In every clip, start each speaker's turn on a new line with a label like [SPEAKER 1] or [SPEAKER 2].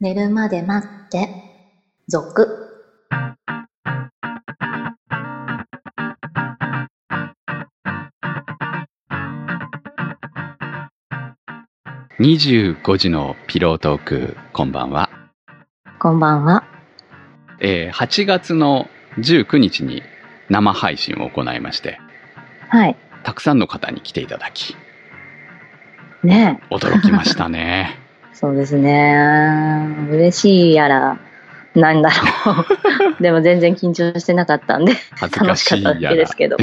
[SPEAKER 1] 寝るまで待って、続。
[SPEAKER 2] 25時のピロートーク、こんばんは。
[SPEAKER 1] こんばんは。
[SPEAKER 2] えー8月の19日に生配信を行いまして、
[SPEAKER 1] はい。
[SPEAKER 2] たくさんの方に来ていただき、
[SPEAKER 1] ね
[SPEAKER 2] 驚きましたね。
[SPEAKER 1] えそうですね。嬉しいやら、なんだろ う。でも全然緊張してなかったんで、
[SPEAKER 2] 恥ずか
[SPEAKER 1] 楽しか
[SPEAKER 2] し
[SPEAKER 1] っ
[SPEAKER 2] い
[SPEAKER 1] た
[SPEAKER 2] やら。
[SPEAKER 1] ですけ ど。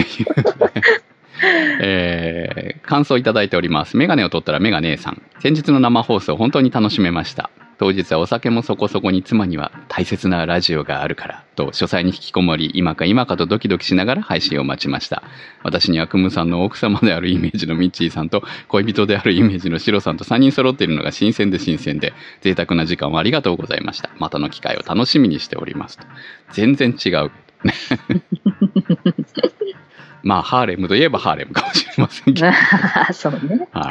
[SPEAKER 2] えー感想いただいております。メガネを取ったらメガネさん。先日の生放送、本当に楽しめました。当日はお酒もそこそこに妻には大切なラジオがあるからと書斎に引きこもり今か今かとドキドキしながら配信を待ちました私にはクムさんの奥様であるイメージのミッチーさんと恋人であるイメージのシロさんと3人揃っているのが新鮮で新鮮で贅沢な時間をありがとうございましたまたの機会を楽しみにしておりますと全然違うまあハーレムといえばハーレムかもしれませんけど
[SPEAKER 1] そうね。
[SPEAKER 2] は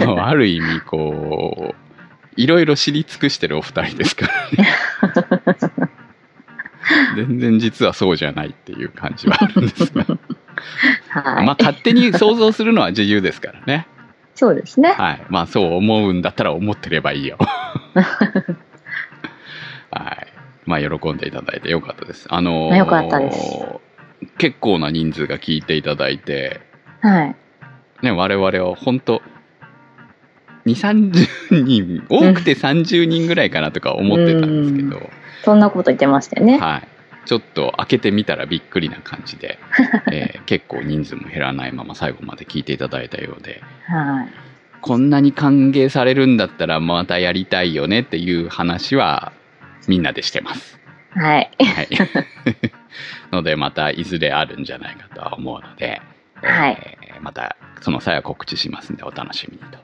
[SPEAKER 2] い。もうある意味、こう、いろいろ知り尽くしてるお二人ですからね。全然実はそうじゃないっていう感じはあるんですが。
[SPEAKER 1] はい。
[SPEAKER 2] まあ勝手に想像するのは自由ですからね。
[SPEAKER 1] そうですね。
[SPEAKER 2] はい。まあそう思うんだったら思ってればいいよ。はい。まあ喜んでいただいてよかったです。あのー
[SPEAKER 1] よかったです
[SPEAKER 2] 結構な人数が聞いていただいて、
[SPEAKER 1] はい。
[SPEAKER 2] ね、我々は本当2、30人、多くて30人ぐらいかなとか思ってたんですけど、
[SPEAKER 1] そんなこと言ってましたよね。
[SPEAKER 2] はい。ちょっと開けてみたらびっくりな感じで、えー結構人数も減らないまま最後まで聞いていただいたようで、
[SPEAKER 1] はい。
[SPEAKER 2] こんなに歓迎されるんだったらまたやりたいよねっていう話はみんなでしてます。
[SPEAKER 1] はい。
[SPEAKER 2] はい。 のでまたいずれあるんじゃないかとは思うので、
[SPEAKER 1] はい
[SPEAKER 2] えーまたその際は告知しますんでお楽しみにと。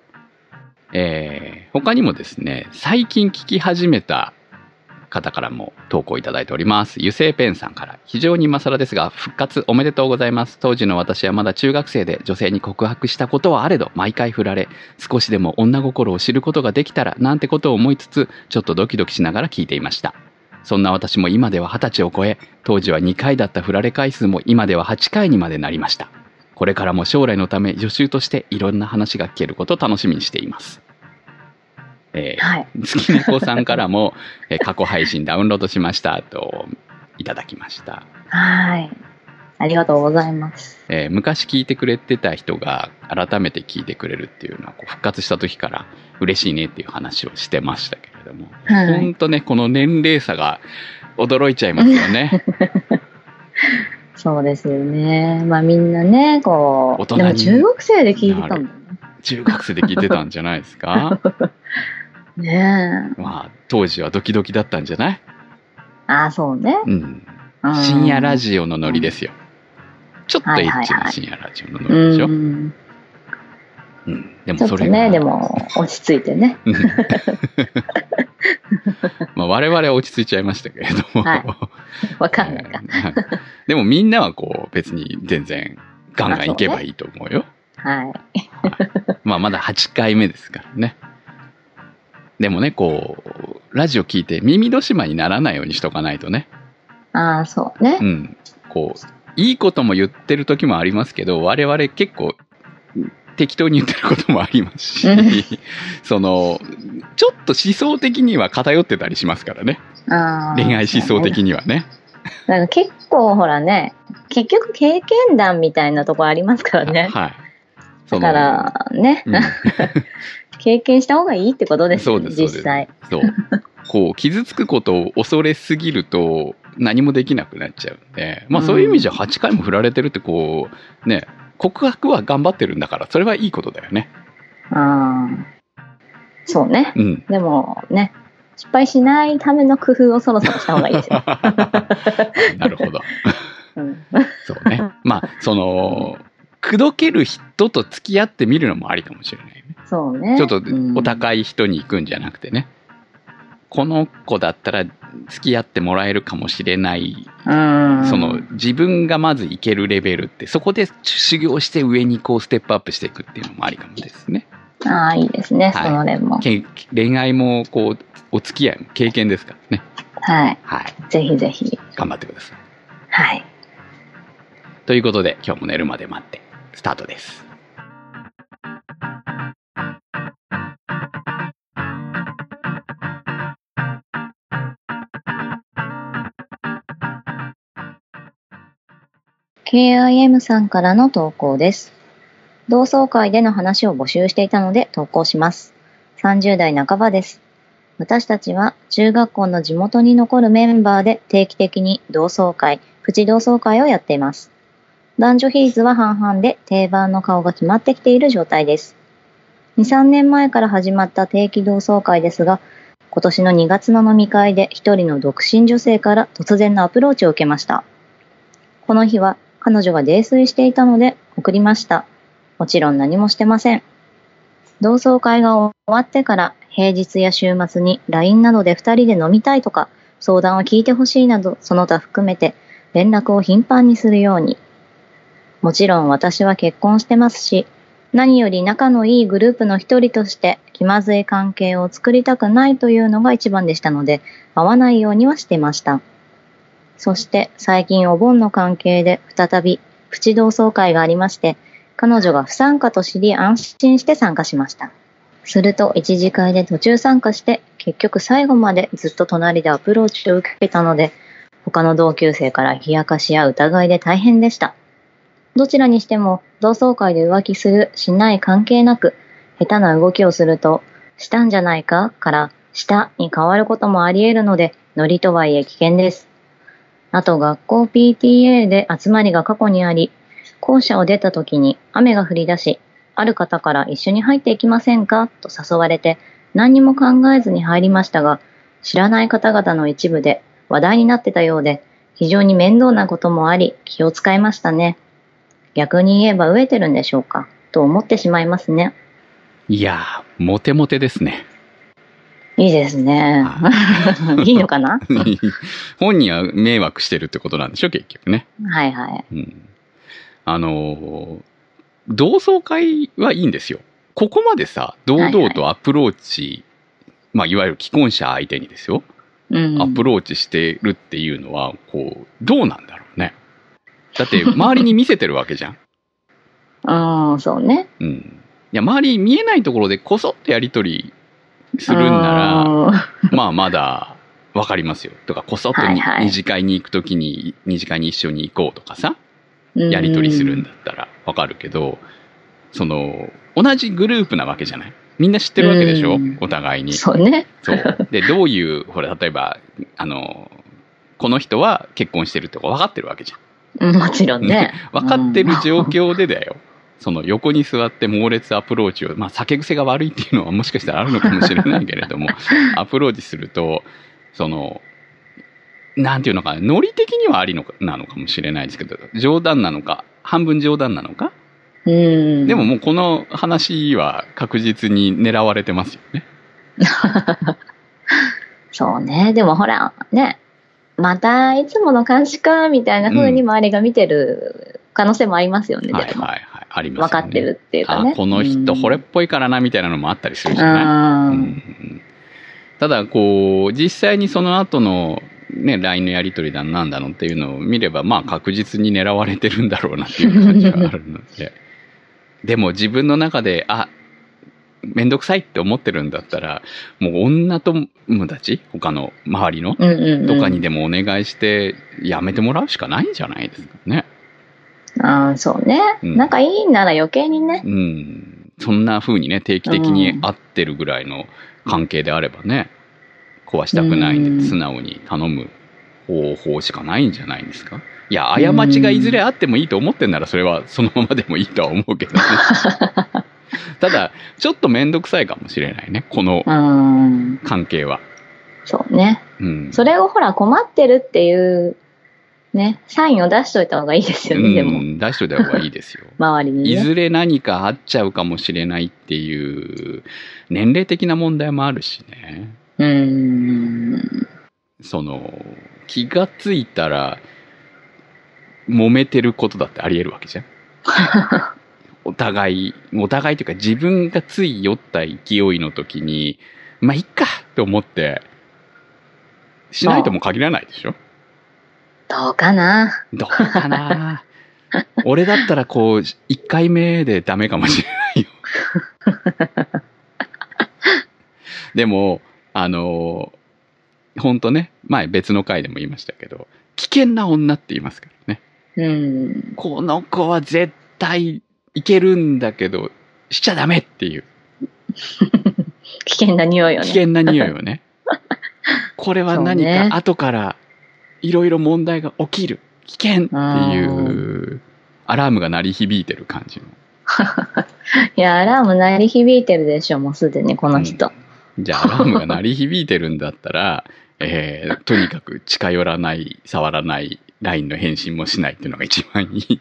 [SPEAKER 2] えー他にもですね、最近聞き始めた方からも投稿いただいております。油性ペンさんから、非常に今更ですが、復活おめでとうございます。当時の私はまだ中学生で女性に告白したことはあれど、毎回振られ、少しでも女心を知ることができたらなんてことを思いつつ、ちょっとドキドキしながら聞いていました。そんな私も今では20歳を超え、当時は2回だった振られ回数も今では8回にまでなりました。これからも将来のため予習としていろんな話が聞けることを楽しみにしています。えー
[SPEAKER 1] はい。
[SPEAKER 2] 月猫さんからも、えー過去配信ダウンロードしましたといただきました、
[SPEAKER 1] はい。ありがとうございます。
[SPEAKER 2] えー昔聞いてくれてた人が改めて聞いてくれるっていうのはこう復活した時から嬉しいねっていう話をしてましたけれども、
[SPEAKER 1] はい
[SPEAKER 2] ほんとねこの年齢差が驚いちゃいますよね
[SPEAKER 1] そうですよね。まあみんなね、こう。
[SPEAKER 2] 大人に
[SPEAKER 1] でも中学生で聞いてたんだよ
[SPEAKER 2] 中学生で聞いてたんじゃないです か
[SPEAKER 1] ね。ねえ。
[SPEAKER 2] まあ当時はドキドキだったんじゃない、
[SPEAKER 1] ああ、そうね。
[SPEAKER 2] うん、深夜ラ
[SPEAKER 1] ジ
[SPEAKER 2] ジオのノリですよちょっと
[SPEAKER 1] は
[SPEAKER 2] エッチ
[SPEAKER 1] いはいは
[SPEAKER 2] ない深夜ラジオの
[SPEAKER 1] オ
[SPEAKER 2] ノリでしょ、
[SPEAKER 1] うん、
[SPEAKER 2] うん、で
[SPEAKER 1] ちょ
[SPEAKER 2] も
[SPEAKER 1] っ
[SPEAKER 2] そ
[SPEAKER 1] と
[SPEAKER 2] れが
[SPEAKER 1] ね、でも落ち着いてね。
[SPEAKER 2] うんまあ我々は落ち着いちゃいましたけれども、
[SPEAKER 1] はいわ かんないか。
[SPEAKER 2] えーでもみんなはこう別に全然ガンガンいけばいいと思うよ。
[SPEAKER 1] はい。
[SPEAKER 2] まあまだ8回目ですからね。でもね、こう、ラジオ聞いて耳戸島にならないようにしとかないとね。
[SPEAKER 1] ああ、そうね
[SPEAKER 2] う。ん。こう、いいことも言ってる時もありますけど、我々結構適当に言ってることもありますし
[SPEAKER 1] うん、
[SPEAKER 2] その、ちょっと思想的には偏ってたりしますからね。
[SPEAKER 1] ああ
[SPEAKER 2] 恋愛思想。的にはね。
[SPEAKER 1] なんか結構ほらね、結局経験談みたいなとこありますからね。
[SPEAKER 2] はい。そ
[SPEAKER 1] だ
[SPEAKER 2] の
[SPEAKER 1] からね、
[SPEAKER 2] うん
[SPEAKER 1] 経験した方がいいってことです
[SPEAKER 2] そうです、そうです
[SPEAKER 1] 実際。。
[SPEAKER 2] そう。こう、傷つくことを恐れすぎると、何もできなくなっちゃうんで、まあ
[SPEAKER 1] うん
[SPEAKER 2] そういう意味じゃ8回も振られてるって、こう、ね、告白は頑張ってるんだから、それはいいことだよね。
[SPEAKER 1] ああ。そうね。
[SPEAKER 2] うん。
[SPEAKER 1] でもね、失敗しないための工夫をそろそろした方がいいです よ。
[SPEAKER 2] なるほど。
[SPEAKER 1] うん、
[SPEAKER 2] そうね。まあ、その、口説ける人と付き合ってみるのもありかもしれないよね。
[SPEAKER 1] そうね。
[SPEAKER 2] ちょっと
[SPEAKER 1] うん
[SPEAKER 2] お高い人に行くんじゃなくてね。この子だったら付き合ってもらえるかもしれない
[SPEAKER 1] うん。
[SPEAKER 2] その自分がまず行けるレベルってそこで修行して上にこうステップアップしていくっていうのもありかもですね。
[SPEAKER 1] ああ、いいですね、
[SPEAKER 2] はい
[SPEAKER 1] その連も。
[SPEAKER 2] け恋愛もこうお付き合いも経験ですからね
[SPEAKER 1] はい。
[SPEAKER 2] はい
[SPEAKER 1] ぜひぜひ。
[SPEAKER 2] 頑張ってください
[SPEAKER 1] はい。
[SPEAKER 2] ということで今日も寝るまで待ってスタートです
[SPEAKER 1] KIM さんからの投稿です。同窓会での話を募集していたので投稿します。30代半ばです。私たちは中学校の地元に残るメンバーで定期的に同窓会、プチ同窓会をやっています。男女比率は半々で定番の顔が決まってきている状態です。2、3年前から始まった定期同窓会ですが、今年の2月の飲み会で一人の独身女性から突然のアプローチを受けました。この日は彼女が泥酔していたので送りました。もちろん何もしてません。同窓会が終わってから平日や週末に LINE などで2人で飲みたいとか相談を聞いてほしいなどその他含めて連絡を頻繁にするように。もちろん私は結婚してますし、何より仲のいいグループの一人として気まずい関係を作りたくないというのが一番でしたので、会わないようにはしてました。そして最近お盆の関係で再びプチ同窓会がありまして、彼女が不参加と知り安心して参加しました。すると一次会で途中参加して、結局最後までずっと隣でアプローチを受けたので、他の同級生から冷やかしや疑いで大変でした。どちらにしても同窓会で浮気する、しない関係なく、下手な動きをすると、したんじゃないかから、したに変わることもあり得るので、ノリとはいえ危険です。あと学校 PTA で集まりが過去にあり、校舎を出た時に雨が降り出し、ある方から一緒に入っていきませんかと誘われて、何にも考えずに入りましたが、知らない方々の一部で話題になってたようで、非常に面倒なこともあり、気を使いましたね。逆に言えば飢えてるんでしょうかと思ってしまいますね。
[SPEAKER 2] いやーモテモテですね
[SPEAKER 1] いいです ね。いいのかな
[SPEAKER 2] 本人は迷惑してるってことなんでしょ結局ね、
[SPEAKER 1] はいはい。
[SPEAKER 2] うん、あのー同窓会はいいんですよここまでさ堂々とアプローチ、まあ、いわゆる既婚者相手にですよ、
[SPEAKER 1] うん。
[SPEAKER 2] アプローチしてるっていうのはこうどうなんだろうねだって周りに見せてるわけじゃん
[SPEAKER 1] うん、そうね。
[SPEAKER 2] うん。いや、周り見えないところでこそってやりとりするんな
[SPEAKER 1] うん
[SPEAKER 2] ら、まあまだわかりますよ。とか、こそっとに
[SPEAKER 1] はいはい
[SPEAKER 2] 二次会に行くときに、二次会に一緒に行こうとかさ、やりとりするんだったらわかるけど、その、同じグループなわけじゃないみんな知ってるわけでしょ
[SPEAKER 1] うん
[SPEAKER 2] お互いに。
[SPEAKER 1] そうね。
[SPEAKER 2] そう。で、どういう、ほら、例えば、あの、この人は結婚してるとか分かってるわけじゃん。
[SPEAKER 1] うんもちろん ね。
[SPEAKER 2] 分かってる状況でだよ。その横に座って猛烈アプローチを、まあ酒癖が悪いっていうのはもしかしたらあるのかもしれないけれど も、アプローチすると、その、なんていうのかな、ノリ的にはありのかなのかもしれないですけど、冗談なのか、半分冗談なのか、
[SPEAKER 1] うん。
[SPEAKER 2] でも、もうこの話は確実に狙われてますよね。
[SPEAKER 1] そうね。でもほら、ね。また、いつもの監視か、みたいな風に周りが見てる可能性もありますよね、
[SPEAKER 2] はい
[SPEAKER 1] でも。
[SPEAKER 2] はいはい。あります
[SPEAKER 1] 分
[SPEAKER 2] よね。
[SPEAKER 1] かってるっていうか
[SPEAKER 2] あ
[SPEAKER 1] ね。
[SPEAKER 2] この人、惚れっぽいからな、みたいなのもあったりするじゃない
[SPEAKER 1] うん。う。
[SPEAKER 2] うんんただこう実際にその後のね LINE のやり取りだなんだのっていうのを見ればまあ確実に狙われてるんだろうなっていう感じはあるのででも自分の中であめんどくさいって思ってるんだったらもう女友達他の周りの
[SPEAKER 1] うんうんうん
[SPEAKER 2] とかにでもお願いしてやめてもらうしかないんじゃないですかね。
[SPEAKER 1] あーそうね、
[SPEAKER 2] うん
[SPEAKER 1] 仲いいんなら余計にね。
[SPEAKER 2] うん、そんな風にね、定期的に会ってるぐらいの関係であればね、壊したくないん
[SPEAKER 1] うん
[SPEAKER 2] で、素直に頼む方法しかないんじゃないですか。いや、過ちがいずれあってもいいと思ってんなら、それはそのままでもいいとは思う けどね。ただ、ちょっと面倒くさいかもしれないね、この
[SPEAKER 1] うん。
[SPEAKER 2] 関係は。
[SPEAKER 1] そうね。
[SPEAKER 2] うん。
[SPEAKER 1] それをほら、困ってるっていう、ね、サインを出しといた方がいいです
[SPEAKER 2] う
[SPEAKER 1] よね、でも。
[SPEAKER 2] ん、出しといた方がいいですよ。
[SPEAKER 1] 周りに
[SPEAKER 2] い
[SPEAKER 1] ね。
[SPEAKER 2] ずれ何かあっちゃうかもしれないっていう、年齢的な問題もあるしね。
[SPEAKER 1] うん。
[SPEAKER 2] その気がついたら揉めてることだってありえるわけじゃんお互い、お互いというか自分がつい酔った勢いの時に、まあ、いっかと思って、しないとも限らないでしょ
[SPEAKER 1] どうかな
[SPEAKER 2] どうかな 俺だったらこう、一回目でダメかもしれ ないよ。でも、あの、ほんとね、前別の回でも言いましたけど、危険な女って言いますからね。
[SPEAKER 1] うん。
[SPEAKER 2] この子は絶対いけるんだけど、しちゃダメっていう。
[SPEAKER 1] 危険な匂いよ
[SPEAKER 2] 危
[SPEAKER 1] ね。
[SPEAKER 2] 険な匂い をね。これは何
[SPEAKER 1] そうね
[SPEAKER 2] か後からいろいろ問題が起きる。危険っていうアラームが鳴り響いてる感じの。
[SPEAKER 1] いや、アラーム鳴り響いてるでしょ、もうすでにこの人。
[SPEAKER 2] じゃあアラームが鳴り響いてるんだったら、 えーとにかく近寄らない、触らない、LINE の返信もしないっていうのが一番い い。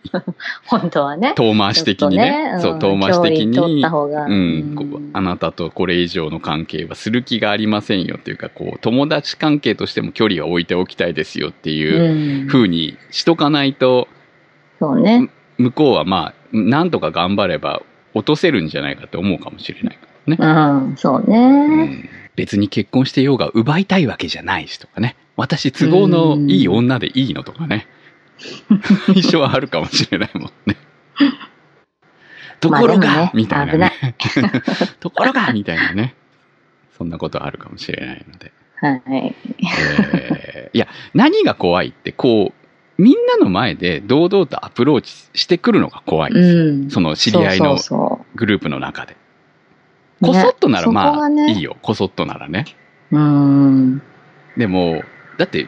[SPEAKER 1] 本当はね。
[SPEAKER 2] 遠回し的にね。
[SPEAKER 1] ち
[SPEAKER 2] そ
[SPEAKER 1] ょ
[SPEAKER 2] う、
[SPEAKER 1] っと
[SPEAKER 2] 遠
[SPEAKER 1] ね
[SPEAKER 2] 回し的
[SPEAKER 1] ん
[SPEAKER 2] に。
[SPEAKER 1] 距離取った方が。
[SPEAKER 2] うん、こ
[SPEAKER 1] う
[SPEAKER 2] うんあなたとこれ以上の関係はする気がありませんよっていうか、こう、友達関係としても距離は置いておきたいですよっていう
[SPEAKER 1] うん
[SPEAKER 2] 風にしとかないと、
[SPEAKER 1] そうね。
[SPEAKER 2] 向こうはまあ、なんとか頑張れば落とせるんじゃないかって思うかもしれないからね。
[SPEAKER 1] うん、そう
[SPEAKER 2] う
[SPEAKER 1] ね。
[SPEAKER 2] ん、別に結婚してようが奪いたいわけじゃないしとかね。私都合のいい女でいいのとか ね。一生はあるかもしれないもんね。とこ
[SPEAKER 1] まあ
[SPEAKER 2] ろが、
[SPEAKER 1] でもね
[SPEAKER 2] みたいな、
[SPEAKER 1] 危ない
[SPEAKER 2] ね。 ところが、みたいなね。そんなことあるかもしれないので。
[SPEAKER 1] はい。
[SPEAKER 2] えーいや、何が怖いって、こう、みんなの前で堂々とアプローチしてくるのが怖いんですよ。
[SPEAKER 1] うん。
[SPEAKER 2] その知り合い
[SPEAKER 1] そ
[SPEAKER 2] の
[SPEAKER 1] うそ
[SPEAKER 2] グループの中で。
[SPEAKER 1] ね
[SPEAKER 2] こそっとなら
[SPEAKER 1] そこ
[SPEAKER 2] まあ
[SPEAKER 1] がね
[SPEAKER 2] いいよ。こそっとならね。
[SPEAKER 1] う。うん。
[SPEAKER 2] でも、だって、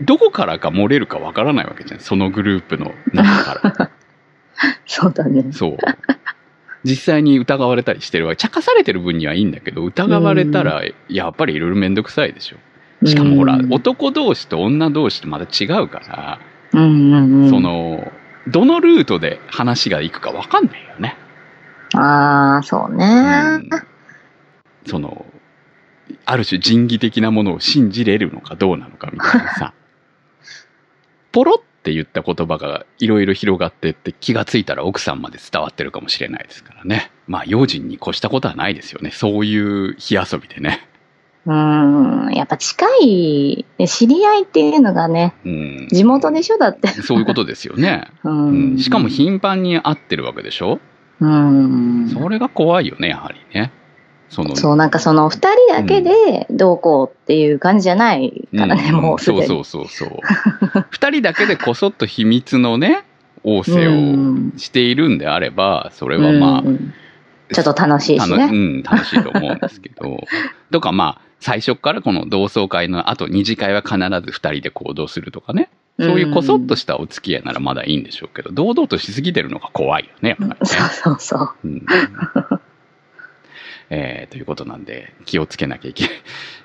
[SPEAKER 2] どこからか漏れるかわからないわけじゃん。そのグループの中から。
[SPEAKER 1] そうだね。
[SPEAKER 2] そう。実際に疑われたりしてるわけ。茶化されてる分にはいいんだけど、疑われたら、やっぱりいろいろめんどくさいでしょ。しかもほら、
[SPEAKER 1] うん
[SPEAKER 2] 男同士と女同士ってまた違うから、
[SPEAKER 1] うんうんうん。
[SPEAKER 2] その、どのルートで話が行くかわかんないよね。
[SPEAKER 1] ああ、そうね。
[SPEAKER 2] うんその、ある種人義的なものを信じれるのかどうなのかみたいな さ。ポロって言った言葉がいろいろ広がってって気がついたら奥さんまで伝わってるかもしれないですからね。まあ用心に越したことはないですよね。そういう火遊びでね。
[SPEAKER 1] うん。やっぱ近い、知り合いっていうのがね、
[SPEAKER 2] うん。
[SPEAKER 1] 地元でしょだって。
[SPEAKER 2] そういうことですよね。
[SPEAKER 1] う
[SPEAKER 2] うん
[SPEAKER 1] ん。
[SPEAKER 2] しかも頻繁に会ってるわけでしょ
[SPEAKER 1] うん。
[SPEAKER 2] それが怖いよね、やはりね。その、
[SPEAKER 1] そう、なんかその二人だけでどうこうっていう感じじゃないからね、もうすでに。
[SPEAKER 2] そうそうそう そう。二人だけでこそっと秘密のね、仰せを
[SPEAKER 1] ん。
[SPEAKER 2] しているんであれば、それはまあ、
[SPEAKER 1] うんちょっと楽しいし
[SPEAKER 2] 楽う
[SPEAKER 1] ね。
[SPEAKER 2] ん、楽しいと思うんですけど、 とかまあ、最初からこの同窓会の後二次会は必ず二人で行動するとかね、そういうこそっとしたお付き合いならまだいいんでしょうけど、堂々としすぎてるのが怖いよね、やっぱりね
[SPEAKER 1] そうそうそう。
[SPEAKER 2] うん えーということなんで、気をつけなきゃいけ ない。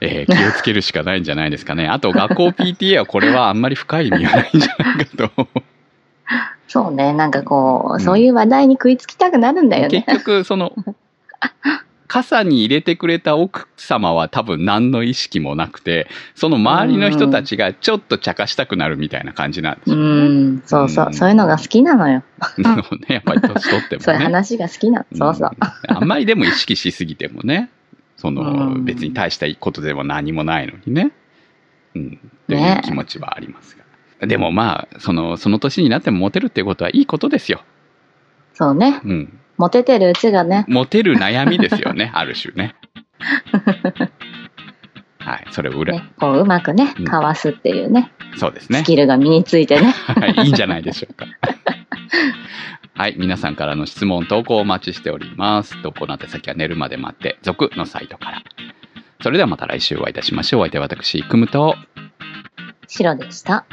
[SPEAKER 2] えー気をつけるしかないんじゃないですかね。あと、学校 PTA はこれはあんまり深い意味はないんじゃないかと。
[SPEAKER 1] そうね、なんかこう、
[SPEAKER 2] うん
[SPEAKER 1] そういう話題に食いつきたくなるんだよね。
[SPEAKER 2] 結局、その、傘に入れてくれた奥様は多分何の意識もなくて、その周りの人たちがちょっと茶化したくなるみたいな感じなんです
[SPEAKER 1] う
[SPEAKER 2] よね。
[SPEAKER 1] ん、そうそうう、
[SPEAKER 2] ん
[SPEAKER 1] そういうのが好きなのよ。
[SPEAKER 2] なのね、やっぱり年取ってもね。
[SPEAKER 1] そういう話が好きなの。そうそう。
[SPEAKER 2] うん。あんまりでも意識しすぎてもね、 その、
[SPEAKER 1] うん
[SPEAKER 2] 別に大したことでも何もないのにね、うん、という
[SPEAKER 1] ね
[SPEAKER 2] 気持ちはありますが。でもまあ、その、その年になってもモテるっていうことはいいことですよ。
[SPEAKER 1] そうね、
[SPEAKER 2] うん。
[SPEAKER 1] モテてるうちがね。
[SPEAKER 2] モテる悩みですよね、ある種 ね。はい、それを裏、
[SPEAKER 1] ね、こううまくね
[SPEAKER 2] うん、
[SPEAKER 1] かわすっていうね、
[SPEAKER 2] そうですね
[SPEAKER 1] ス。キルが身についてね。
[SPEAKER 2] はい、いいんじゃないでしょうか。はい、皆さんからの質問、投稿をお待ちしております。投稿の宛先は寝るまで待って、続のサイトから。それではまた来週お会いいたしましょう。お相手は私、くむと。
[SPEAKER 1] 白でした。